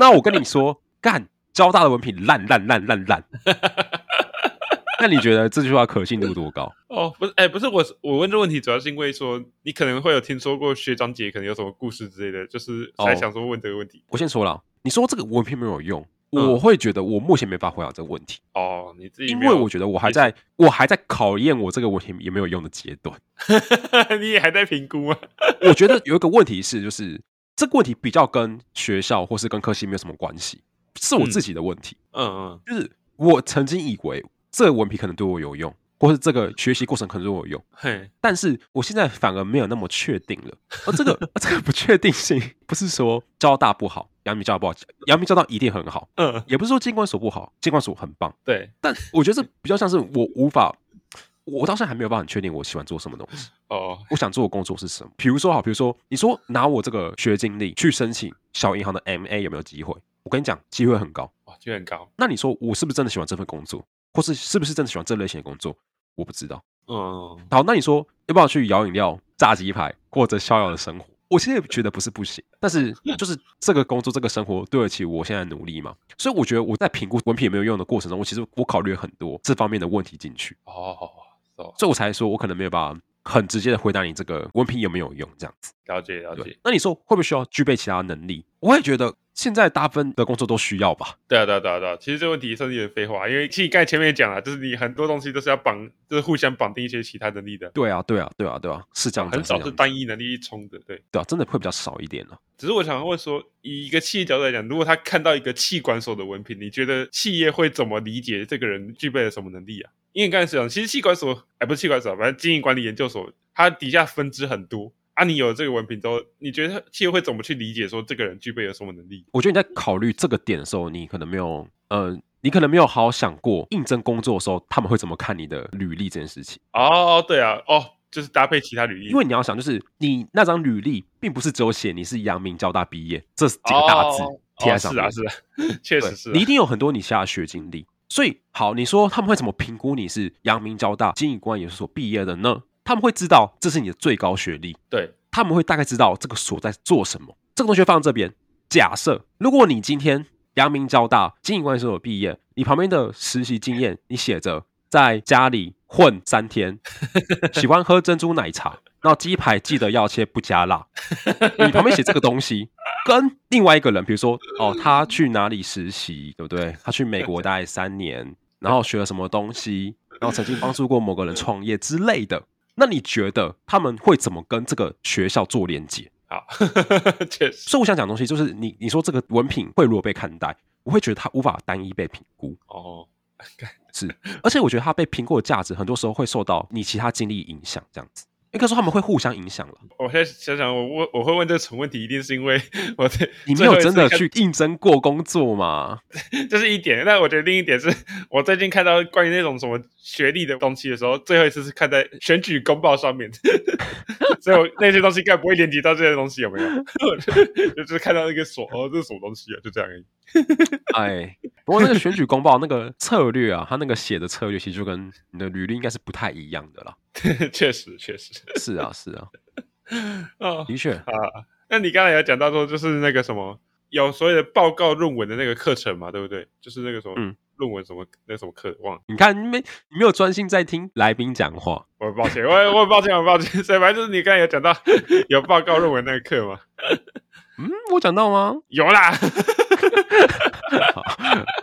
那我跟你说，干交大的文凭烂烂烂烂 烂，那你觉得这句话可信度多高？
哦，不是，哎、不是我，我问这问题主要是因为说你可能会有听说过学长姐可能有什么故事之类的，就是才
哦
想说问这个问题。
我先说了，你说这个文凭没有用，
嗯
我会觉得我目前没法回答这个问题，
哦，你自己
因
没
为
有
我觉得我还在我还在考验我这个文凭有没有用的阶段。
你也还在评估啊吗？
我觉得有一个问题是，就是这个问题比较跟学校或是跟科系没有什么关系，是我自己的问题。
嗯嗯，
就是我曾经以为这个文凭可能对我有用，或是这个学习过程可能对我有用，
嘿，
但是我现在反而没有那么确定了。而这个这个不确定性，不是说交大不好，阳明交大不好，阳明交大一定很好，
嗯，
也不是说监管所不好，监管所很棒，
对，
但我觉得这比较像是我无法。我到现在还没有办法很确定我喜欢做什么东西，
哦，
我想做的工作是什么。比如说好，比如说你说拿我这个学经历去申请小银行的 MA 有没有机会？我跟你讲，机会很高。
哇，就很高，
那你说我是不是真的喜欢这份工作，或是是不是真的喜欢这类型的工作？我不知道。
嗯，
好，那你说要不要去摇饮料、炸鸡排，过着逍遥的生活？我现在觉得不是不行，但是就是这个工作、这个生活对得起我现在的努力嘛？所以我觉得我在评估文凭有没有用的过程中，我其实我考虑了很多这方面的问题进去，
哦，哦，
所以我才说我可能没有办法很直接的回答你这个文凭有没有用这样子。
了解了解
对，，那你说会不会需要具备其他能力？我也觉得现在大部分的工作都需要吧。
对啊，对啊，对啊，对啊。其实这个问题算是有点废话，因为其实刚才前面也讲了，就是你很多东西都是要绑，就是互相绑定一些其他能力的，
对啊，对啊，对啊，对啊，是这样子，
很
这
少
样
是
子
单一能力一冲的。对，
对啊，真的会比较少一点了、
只是我想问说，以一个企业角度来讲，如果他看到一个气管所的文凭，你觉得企业会怎么理解这个人具备了什么能力啊？因为你刚才讲，其实气管所，哎，不是气管所，反正经营管理研究所，它底下分支很多。啊，你有这个文凭之后，你觉得企业会怎么去理解说这个人具备了什么能力？
我觉得你在考虑这个点的时候，你可能没有，呃，你可能没有好好想过应征工作的时候他们会怎么看你的履历这件事情。
哦，对啊，哦，就是搭配其他履历，哦
因为你要想，就是你那张履历并不是只有写你是阳明交大毕业这几个大字
哦
贴在
哦
上
是
面，
啊，是啊，确
对
实是啊、
你一定有很多你其他的学经历。所以，好，你说他们会怎么评估你是阳明交大经营管理研究所毕业的呢？他们会知道这是你的最高学历，
对，
他们会大概知道这个所在做什么。这个东西放在这边。假设如果你今天阳明交大经营管理所有毕业，你旁边的实习经验你写着在家里混三天，喜欢喝珍珠奶茶，然后鸡排记得要切不加辣。你旁边写这个东西，跟另外一个人，比如说哦，他去哪里实习，对不对？他去美国待三年，然后学了什么东西，然后曾经帮助过某个人创业之类的。那你觉得他们会怎么跟这个学校做连接？
好， 确实
所以我想讲的东西就是你，你说这个文凭会如果被看待，我会觉得它无法单一被评估，
哦，
是，而且我觉得它被评估的价值，很多时候会受到你其他经历影响，这样子。应该说他们会互相影响了。
我现在想想，我问我会问这个蠢问题，一定是因为我对
你没有真的去应征过工作嘛？
这是一点。但我觉得另一点是，我最近看到关于那种什么学历的东西的时候，最后一次是看在选举公报上面， 所以我那些东西应该不会连接到这些东西，有没有？ 我就就是看到那个锁，哦，这是什么东西啊？就这样而已。
哎，不过那个选举公报那个策略啊，他那个写的策略其实就跟你的履历应该是不太一样的啦。
确实，确实，
是啊，是啊，
哦
的确，
啊， 那你刚才有讲到说，就是那个什么，有所谓的报告论文的那个课程嘛，对不对？就是那个什么、
嗯
论文什么那什么课，忘了。
你看你没你没有专心在听来宾讲话，
我抱歉，我我很抱歉，我很抱歉。 所以反正就是你刚才有讲到 有报告论文那个课吗？
嗯，我讲到吗？
有啦，
好，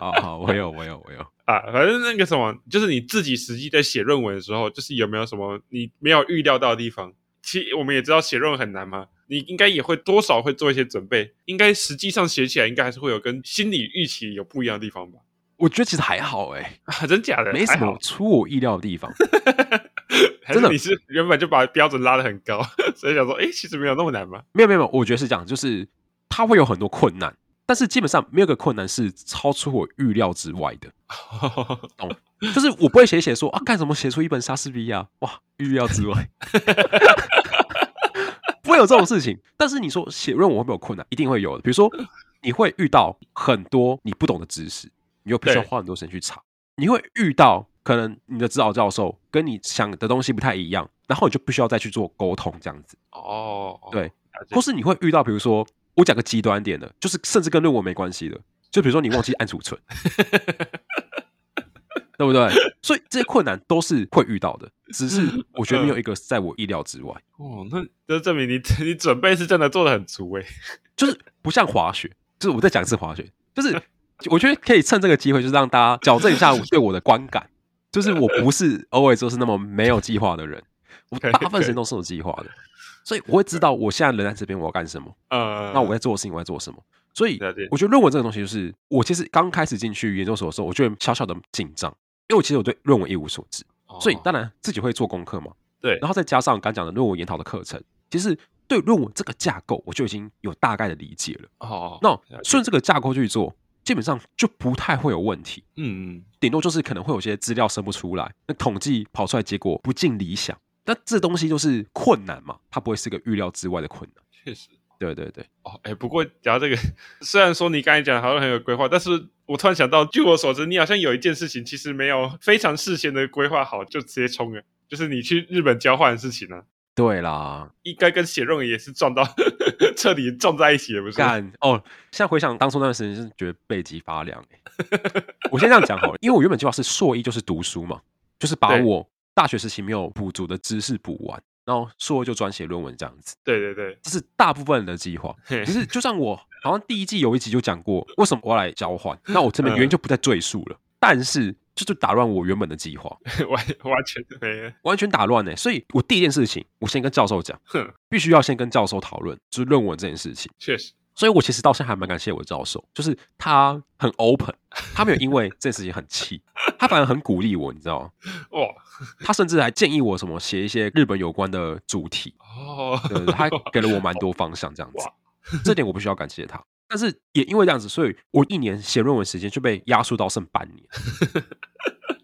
好，啊好，我有，我有，我有。
啊，反正那个什么，就是你自己实际在写论文的时候，就是有没有什么你没有预料到的地方？其实我们也知道写论文很难嘛，你应该也会多少会做一些准备，应该实际上写起来应该还是会有跟心理预期有不一样的地方吧？
我觉得其实还好哎、
啊，真假的？
没什
还好
么，出我意料的地方。
还是
真的
你是原本就把标准拉得很高，所以想说，哎、其实没有那么难嘛。
没有没有，没有，我觉得是这样，就是它会有很多困难，但是基本上没有一个困难是超出我预料之外的。 就是我不会写一写说啊，干什么写出一本莎士比亚？哇，预料之外， 不会有这种事情。但是你说写论文会不会有困难？一定会有的。比如说，你会遇到很多你不懂的知识，你又必须要
对
花很多时间去查。你会遇到可能你的指导教授跟你想的东西不太一样，然后你就必须要再去做沟通，这样子。
哦，
对
了解，
或是你会遇到，比如说我讲个极端点的，就是甚至跟论文没关系的，就比如说你忘记按储存，对不对？所以这些困难都是会遇到的，只是我觉得没有一个在我意料之外，
哦，那这证明你 你准备是真的做的很足诶。
就是不像滑雪，就是我再讲一次滑雪，就是我觉得可以趁这个机会，就是让大家矫正一下我对我的观感，就是我不是 always 都是那么没有计划的人，我大部分时间都是有计划的，所以我会知道我现在人在这边我要干什么。
呃，
那我在做的事情我在做什么。所以
了解
我觉得论文这个东西，就是我其实刚开始进去研究所的时候，我就会小小的紧张，因为我其实我对论文一无所知，
哦
所以当然自己会做功课嘛。
对
然后再加上刚讲的论文研讨的课程，其实对论文这个架构我就已经有大概的理解了。
哦，
那
了解
顺这个架构去做，基本上就不太会有问题，
嗯嗯，
顶多就是可能会有些资料生不出来，那统计跑出来结果不尽理想。那这东西就是困难嘛，它不会是个预料之外的困难。
确实。
对对对，
哦，哎，不过讲到这个，虽然说你刚才讲好像很有规划，但是我突然想到，据我所知，你好像有一件事情其实没有非常事先的规划好，就直接冲了，就是你去日本交换的事情呢、啊，
对啦，
应该跟写论文也是撞到 彻底撞在一起了，不是？
干哦！现在回想当初那段时间，是觉得背脊发凉、欸。我先这样讲好了，因为我原本计划是硕一就是读书嘛，就是把
对
我大学时期没有补足的知识补完，然后硕二就专写论文这样子，
对对对，
这是大部分人的计划。
嘿
可是就像我好像第一季有一集就讲过，为什么我要来交换？那我
嗯
这边原因就不再赘述了，但是这就打乱我原本的计划，
完完全没，
完全打乱呢、欸所以我第一件事情，我先跟教授讲，
哼，
必须要先跟教授讨论，就是论文这件事情。
确实，
所以我其实到现在还蛮感谢我的教授，就是他很 open，他没有因为这件事情很气，他反而很鼓励我，你知道吗？
哇，
他甚至还建议我什么写一些日本有关的主题，
哦，
对对对他给了我蛮多方向这样
哇
子，这点我必须要感谢他。但是也因为这样子，所以我一年写论文时间就被压缩到剩半 年。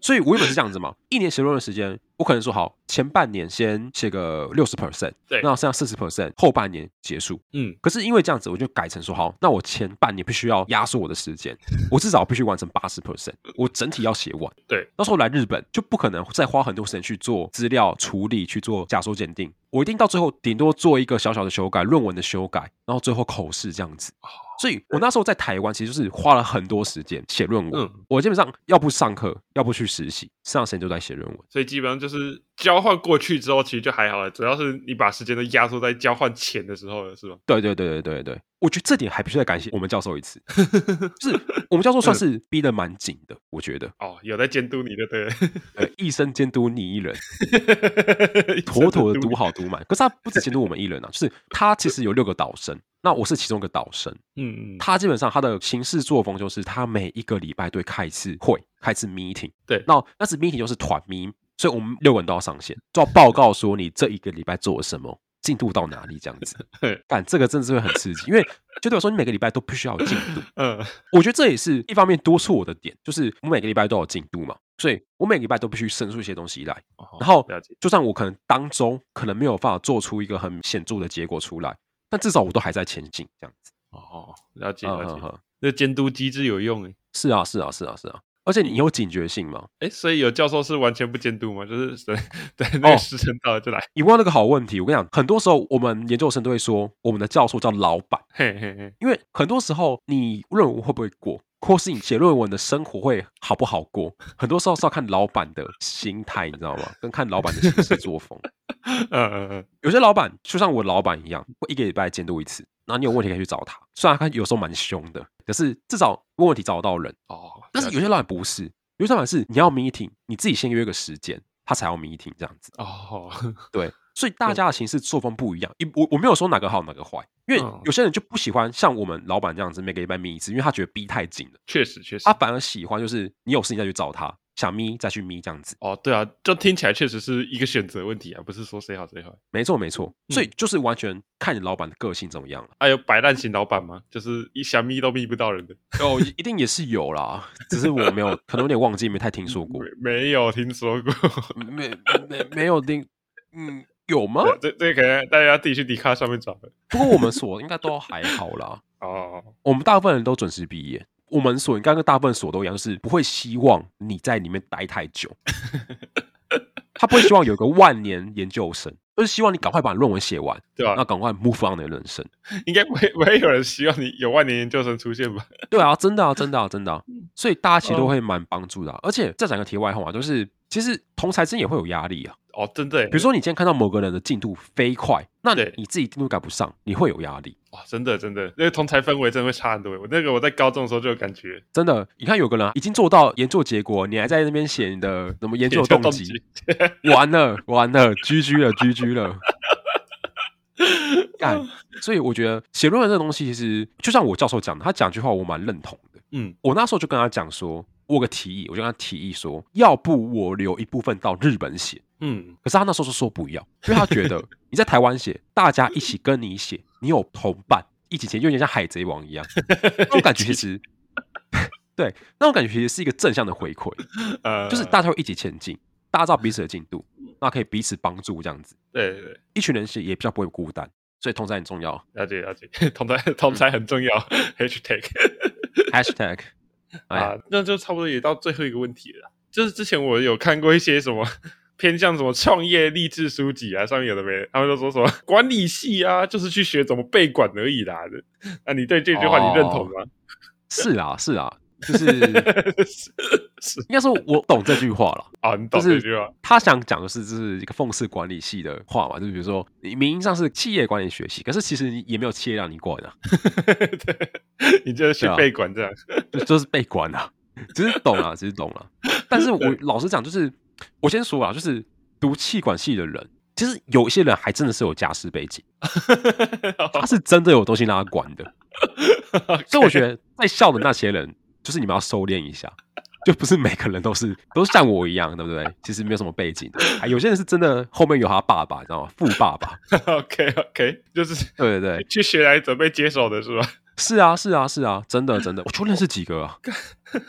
所以我原本是这样子嘛，一年写论文时间，我可能说好，前半年先写个六十 percent，
对
那剩下四十 percent，后半年结束。
嗯，
可是因为这样子，我就改成说，好，那我前半年必须要压缩我的时间，我至少必须完成八十 percent，我整体要写完。
对，
到时候来日本就不可能再花很多时间去做资料处理、去做假说鉴
哦
定，我一定到最后顶多做一个小小的修改、论文的修改，然后最后口试这样子。所以我那时候在台湾，其实就是花了很多时间写论文。
嗯
我基本上要不上课，要不去实习，剩下时间就在写论文。
所以基本上就是交换过去之后，其实就还好了，主要是你把时间都压缩在交换钱的时候了，是吧？
对对对对对对，我觉得这点还必须再感谢我们教授一次，就是 我们教授算
嗯
是逼得蛮紧的，我觉得，
哦，有在监督你的，对了，
呃，一生监督你一人，妥
妥
妥的
督
读好读满。可是他不止监督我们一人啊，就是他其实有六个导生，那我是其中一个导生。
你。嗯，嗯
他基本上他的行事作风就是他每一个礼拜对开一次会，开一次 meeting。
对
那那次 meeting 就是团 meeting，所以我们六个人都要上线，就要报告说你这一个礼拜做了什么，进度到哪里这 样子
嘿。
干这个真的是会很刺激，因为就对我说你每个礼拜都必须要有进度。
嗯，
我觉得这也是一方面督促我的点，就是我每个礼拜都有进度嘛，所以我每个礼拜都必须生出一些东西来。
然
然后
了解，
就算我可能当周可能没有办法做出一个很显著的结果出来，但至少我都还在前进这样子。
哦，了解
嗯
了
嗯
解，
嗯
那监督机制有用诶。欸
是啊，是啊，是啊，是啊。而且你有警觉性吗？
哎，所以有教授是完全不监督吗？就是对那个
哦
时辰到了就来，
你问到那个好问题，我跟你讲，很多时候我们研究生都会说，我们的教授叫老板，
嘿嘿嘿，
因为很多时候你论文会不会过，或是你写论文的生活会好不好过，很多时候是要看老板的心态，你知道吗？跟看老板的行事作风。
嗯嗯嗯，
有些老板就像我老板一样，会一个礼拜监督一次，然后你有问题可以去找他。虽然他有时候蛮凶的，可是至少问问题找得到人。
哦，
但是
了
有
解
些老板不是，有些老板是你要 meeting，你自己先约个时间，他才要 meeting 这样子。
哦，
对，所以大家的行事作风不一样。一我我没有说哪个好哪个坏，因为
嗯
有些人就不喜欢像我们老板这样子每个礼拜眯一次，因为他觉得逼太紧了。
确实确实
他，反而喜欢就是你有事情再去找他，想眯再去眯这样子。
哦，对啊，就听起来确实是一个选择问题啊，不是说谁好谁坏。
没错没错，
嗯
所以就是完全看你老板的个性怎么样了。
啊还有摆烂型老板吗？就是一想眯都眯不到人的，
哦，一定也是有啦，只是我没有，可能有点忘记，没太听说过，
没没有听说过。
没没没有听，嗯，有吗？
这这可能大家自己去迪卡上面找的。
不过我们所应该都还好啦，
哦，
我们大部分人都准时毕业。我们所应该跟大部分所都一样，就是不会希望你在里面待太久，他不会希望有个万年研究生，就是希望你赶快把论文写完，
对吧、
那赶快 move on 你的人生。
应该不会不会有人希望你有万年研究生出现吧？
对啊，真的啊，真的啊，真的啊，所以大家其实都会蛮帮助的啊、而且再讲个题外话嘛，就是其实同才之间也会有压力啊。
哦，真的耶，
比如说你今天看到某个人的进度飞快，那
对
你自己进度赶不上，你会有压力。
哇，真的真的，那个同才氛围真的会差很多耶。我那个我在高中的时候就有感觉，
真的，你看有个人啊已经做到研究结果，你还在那边写你的什么研究动机，完了完了，GG 了 GG 了。干，所以我觉得写论文这个东西，其实就像我教授讲的，他讲一句话我蛮认同的。
嗯，
我那时候就跟他讲说，我有个提议，我就跟他提议说，要不我留一部分到日本写，
嗯，
可是他那时候是说不要，因为他觉 得你在台湾写，大家一起跟你写，你有同伴一起写，有点像海贼王一样。那种感觉其 实， 对，那种感觉其实是一个正向的回馈，
呃，
就是大家会一起前进，大家知道彼此的进度，那可以彼此帮助这样子，
对对对，
一群人写也比较不会孤单，所以同在很重 要。
了解了解，同才同才很重要，#hashtag。
#hashtag 哎呀
啊，那就差不多也到最后一个问题了啦。就是之前我有看过一些什么偏向什么创业励志书籍啊，上面有的没，他们都说什么管理系啊，就是去学怎么被管而已啦的。那、你对这句话
哦
你认同吗？
是啊是啊，就是应
是
该说我懂这句话了。
啊，你懂
就
这
是
句话？
他想讲的是，就是一个讽刺管理系的话嘛，就是比如说，你名义上是企业管理学系，可是其实你也没有企业让你管啊，
对，你就
对
是学
啊
被管这样。
就就是被管啊，只是懂了，只是懂了。但是我老实讲，就是我先说啊，就是读气管系的人，其实有一些人还真的是有家世背景，他是真的有东西让他管的，所以我觉得在校的那些人，就是你们要收敛一下。就不是每个人都是都像我一样，对不对？其实没有什么背景的，还有些人是真的后面有他爸爸，你知道吗？富爸爸，
OK OK，就是
对对对，
去学来准备接手的是吧？
是啊，是啊，是啊，真的，真的，我就认识几个啊。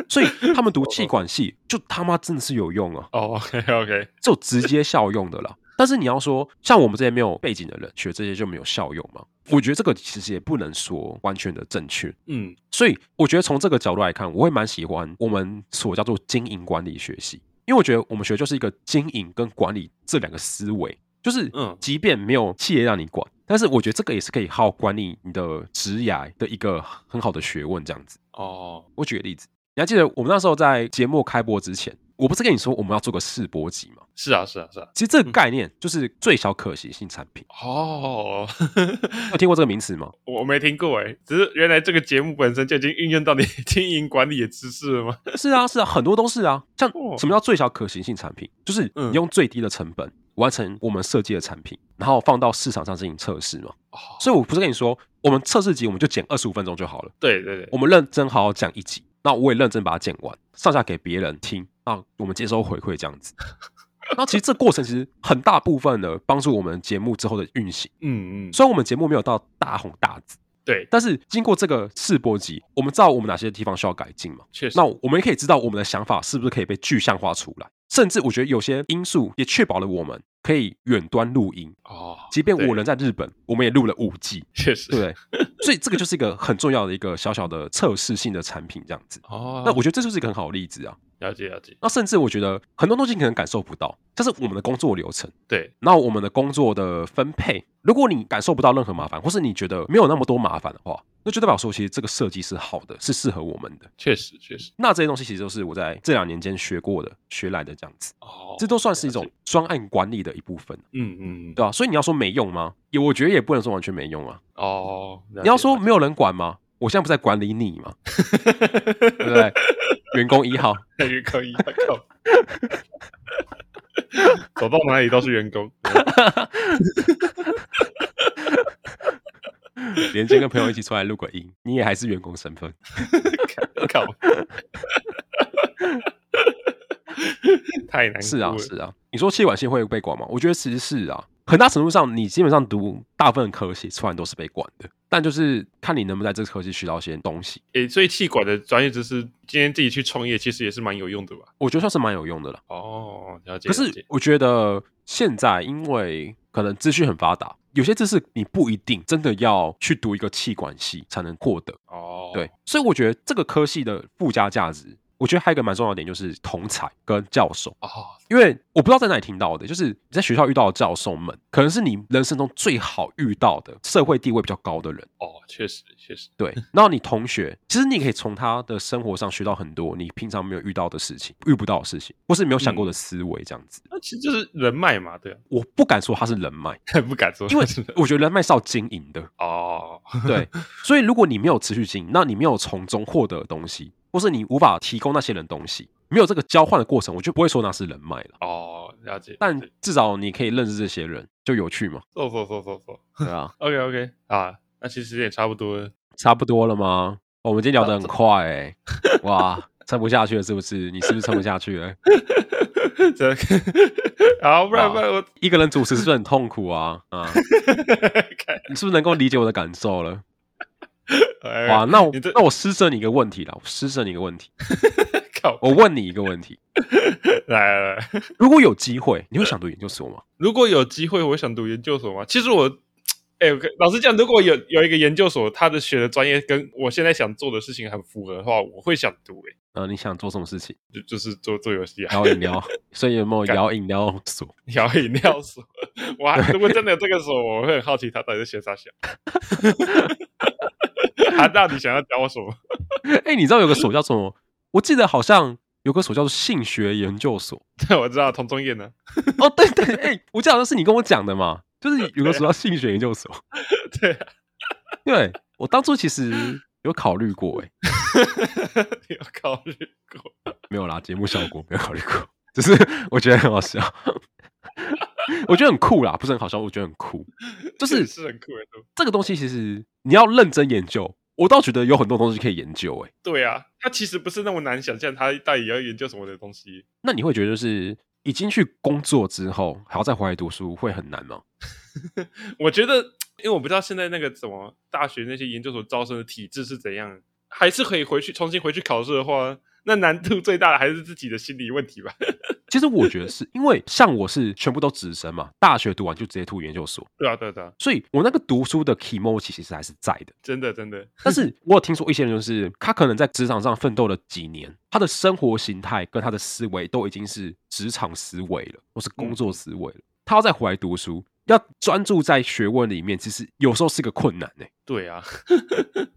所以他们读气管系，就他妈真的是有用啊，
哦，OK OK，
就直接效用的啦。但是你要说像我们这些没有背景的人学这些就没有效用嘛？我觉得这个其实也不能说完全的正确。
嗯，
所以我觉得从这个角度来看，我会蛮喜欢我们所叫做经营管理学系，因为我觉得我们学的就是一个经营跟管理这两个思维，就是
嗯
即便没有企业让你管，但是我觉得这个也是可以好管理你的职涯的一个很好的学问，这样子。
哦，
我举个例子，你还记得我们那时候在节目开播之前，我不是跟你说我们要做个试播集吗？
是啊，是啊，是啊，
其实这个概念就是最小可行性产品，
哦，
有听过这个名词吗？
我没听过哎，只是原来这个节目本身就已经运用到你经营管理的知识了吗？
是啊，是啊，很多都是啊。像
哦
什么叫最小可行性产品？就是
嗯
你用最低的成本完成我们设计的产品，然后放到市场上进行测试嘛。
哦，
所以我不是跟你说，我们测试集我们就剪二十五分钟就好了，
对对对，
我们认真好好讲一集，那我也认真把它剪完，上下给别人听，那我们接收回馈这样 子。那其实这过程其实很大部分的帮助我们节目之后的运行。
嗯嗯，
虽然我们节目没有到大红大紫，
对，
但是经过这个试播集，我们知道我们哪些地方需要改进嘛。
确实，
那我们也可以知道我们的想法是不是可以被具象化出来，甚至我觉得有些因素也确保了我们可以远端录音，
哦，
即便
对
我人在日本，我们也录了五 G，
确实
对，不 对？所以这个就是一个很重要的一个小小的测试性的产品，这样子。
哦，
那我觉得这就是一个很好的例子啊。
了解了解，
那甚至我觉得很多东西可能感受不到，这是我们的工作流程，
对，
那我们的工作的分配。如果你感受不到任何麻烦，或是你觉得没有那么多麻烦的话，那就代表说其实这个设计是好的，是适合我们的。
确实确实，
那这些东西其实都是我在这两年间学过的、学来的这样子，
哦，
这都算是一
了
种
解，
专案管理的一部分，
嗯嗯，嗯
对吧、啊所以你要说没用吗？也我觉得也不能说完全没用啊。
哦，了
你要
解
说
了
没有人管吗？我现在不是在管理你吗？对不对？员工一号，
解员工一样靠， 走到哪里都是员工，
连接跟朋友一起出来录个音，你也还是员工身份。
靠，太难
是
过
啊，
了
是啊。你说气管系会被管吗？我觉得其实是啊，很大程度上，你基本上读大部分科系，虽然都是被管的，但就是看你能不能在这个科系学到一些东西，
诶，所以气管的专业知识，今天自己去创业，其实也是蛮有用的吧？
我觉得算是蛮有用的啦。
哦，了解。
可
了
是
解
我觉得现在因为可能资讯很发达，有些知识你不一定真的要去读一个气管系才能获得。
哦，
对，，所以我觉得这个科系的附加价值，我觉得还有一个蛮重要的点就是同才跟教授，
哦，
因为我不知道在哪里听到的，就是你在学校遇到的教授们，可能是你人生中最好遇到的社会地位比较高的人。
哦，确实，确实，
对，然后你同学，其实你可以从他的生活上学到很多你平常没有遇到的事情、遇不到的事情，或是没有想过
嗯
的思维，这样子。
那其实就是人脉嘛，对啊，
我不敢说他是人脉，
不敢说，
因为
是
我觉得人脉是要经营的，
哦，
对，所以如果你没有持续经营，那你没有从中获得的东西，或是你无法提供那些人东西，没有这个交换的过程，我就不会说那是人脉了。
哦，了解。
但
了解
至少你可以认识这些人，就有趣 嘛，
错错错错错，
对啊
，OK OK 啊，那其实也差不多了。
差不多了吗？哦我们今天聊得
呃
很快、欸，哇，撑不下去了是不是？你是不是撑不下去了？
这好，不然
哇
不然我
一个人主持是不是很痛苦啊？啊，
看，
你是不是能够理解我的感受了？
哎
哇，那我
你这
那我施舍你一个问题了，我施舍你一个问题，
靠，
我问你一个问题：
来来来，
如果有机会，你会想读研究所吗？
如果有机会，我想读研究所吗？其实我，哎、我跟老实讲，如果有有一个研究所，他的学的专业跟我现在想做的事情很符合的话，我会想读、欸。
呃，你想做什么事情？
就就是做做游戏啊，
摇饮料，所以有没有摇饮料所？
摇饮料所。 我还如果真的有这个所，我会很好奇他到底是学 啥想，他到底想要教我什么？
哎、你知道有个所叫什么？我记得好像有个所叫做性学研究所。
对，我知道童中燕呢，
哦，对对，哎、我记得好像是你跟我讲的嘛，就是有个所叫性学研究所。
对啊，
对我当初其实有考虑过、哎，
有考虑过。
没有啦，节目效果没有考虑过，只是我觉得很好笑。 我觉得很酷啦，不是很好笑，我觉得很酷。就是
是很酷的，
这个东西，其实你要认真研究，我倒觉得有很多东西可以研究、哎。
对啊，他其实不是那么难想象，他到底要研究什么的东西。
那你会觉得就是已经去工作之后，还要再回来读书，会很难吗？
我觉得，因为我不知道现在那个怎么大学那些研究所招生的体制是怎样，还是可以回去重新回去考试的话，那难度最大的还是自己的心理问题吧，
其实我觉得是因为像我是全部都直升嘛，大学读完就直接读研究所，
对啊，对啊，对啊，。
所以我那个读书的 k e m o 其实还是在的
真的，真的，
但是我有听说一些人，就是他可能在职场上奋斗了几年，他的
嗯
生活形态跟他的思维都已经是职场思维了，或是工作思维了。他要再回来读书，要专注在学问里面，其实有时候是个困难呢、
对啊，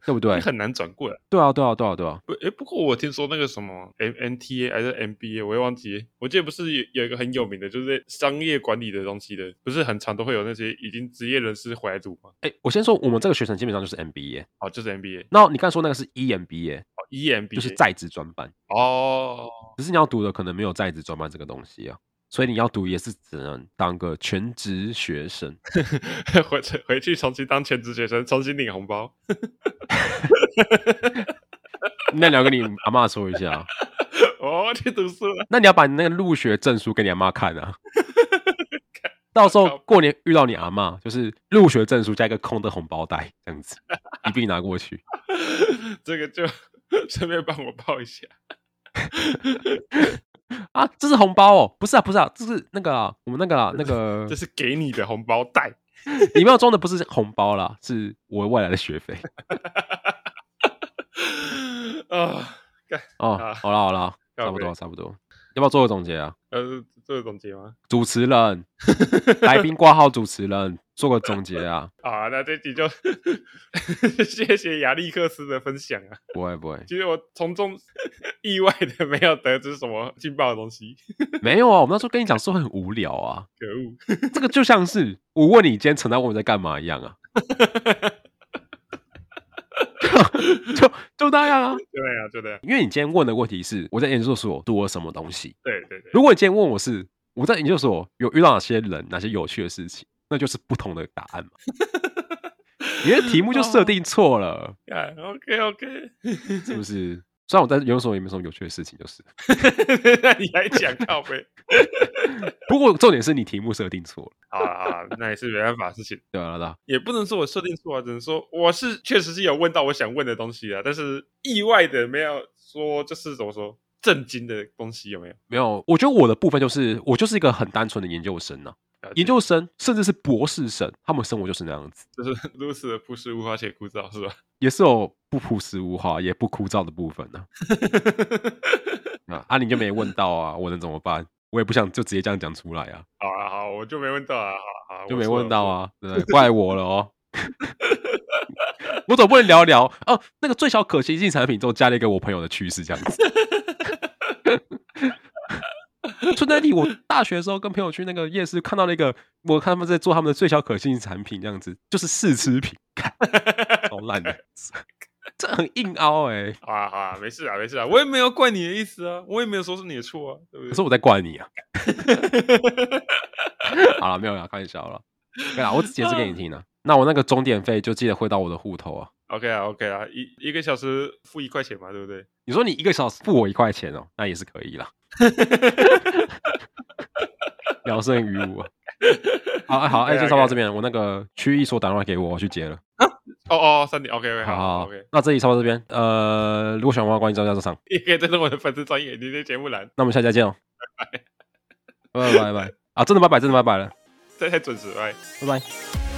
对不 对
你？很难转过来。
对啊，对啊，对啊，对啊，
不，哎，不过我听说那个什么 M N T A 还是 M B A，我也忘记。我记得不是有有一个很有名的，就是商业管理的东西的，不是很常都会有那些已经职业人士回来读吗？
哎，我先说，我们这个学程基本上就是 MBA。
哦，就是 M B A，
那你刚才说那个是 EMBA，
哦，E M B A，
就是在职专班，
哦，
只是你要读的可能没有在职专班这个东西啊，所以你要读也是只能当个全职学 生。
回去回去重新当全职学生，重新领红包。
那你要跟你阿妈说一下啊，
哦，去读书了，
那你要把你那个入学证书给你阿妈看 啊。到时候过年遇到你阿妈，就是入学证书加一个空的红包袋，这样 子一并拿过去。
这个就顺便帮我报一下。
啊，这是红包哦，不是啊，不是啊，这是那个啊，我们那个啊，那 个
这是给你的红包袋。
里面装的不是红包啦，是我未来的学费
啊，
哦
啊。
好啦好啦，
靠
差不
北
多差不多，要不要做个总结啊？
呃，这个总结吗？
主持人，来宾挂号，主持人做个总结啊？
啊，那这集就 谢谢亚历克斯的分享啊。
不会不会，
其实我从中意外的没有得知什么劲爆的东西，
没有啊，我们那时候跟你讲说很无聊啊，
可恶！
这个就像是我问你今天陈丹问我在干嘛一样啊， 就就那样啊，
就那样，就那样。
因为你今天问的问题是我在研究所读了什么东西，
对对对，
如果你今天问我是我在研究所有遇到哪些人、哪些有趣的事情，那就是不同的答案嘛。你的题目就设定错了，
看，OK OK，
是不是？虽然我在研究所也没什么有趣的事情，就是，
那你还讲靠背？
不过重点是你题目设定错了，
好啊好啊，那也是没办法的事情，
对吧、啊？对啊
也不能说我设定错啊，只能说我是确实是有问到我想问的东西啊，但是意外的没有说就是怎么说震惊的东西有没有？
没有，我觉得我的部分就是我就是一个很单纯的研究生呐、
了解
研究生甚至是博士生，他们生活就是那样子，
就是 如此的朴实无华且枯燥是吧？
也是有不朴实无华也不枯燥的部分呢、啊。啊，你就没问到啊，我能怎么办？我也不想就直接这样讲出来啊，
好啊好，我就没问到啊，好啊好啊
就
我
没
错了
问到
我错了
啊，对不对？怪我了哦。 我总不能聊聊哦，那个最小可行性产品之后加了一个我朋友的趋势这样子。 春代丽，我大学的时候跟朋友去那个夜市看到了一个，我看他们在做他们的最小可行性产品这样子，就是试吃品，看超烂的， 这很硬凹哎、欸。
好啊好啊，没事啊没事啊，我也没有怪你的意思啊，我也没有说是你的错啊，对不
可
对
是？我在怪你啊。 好了，没有啦，开玩笑了。对啊，我只解释给你听了、那我那个钟点费就记得汇到我的户头啊。
OK 啊，OK 啊，一一个小时付一块钱嘛，对不对？
你说你一个小时付我一块钱哦，那也是可以啦， 聊胜于无啊。好， 哎好，哎，
对啊
就差不多到这边。我那个区域所打电话给我，我去接了。
哦哦，三点 OK OK
好
好
好
OK，
那这里差不多到这边。呃，如果喜欢的话，关注张教授上。
也可以登录我的粉丝专业，你的节目栏，
那我们下期再见哦。拜拜拜拜啊！真的拜拜，真的拜拜了，
这太准时了。拜
拜拜。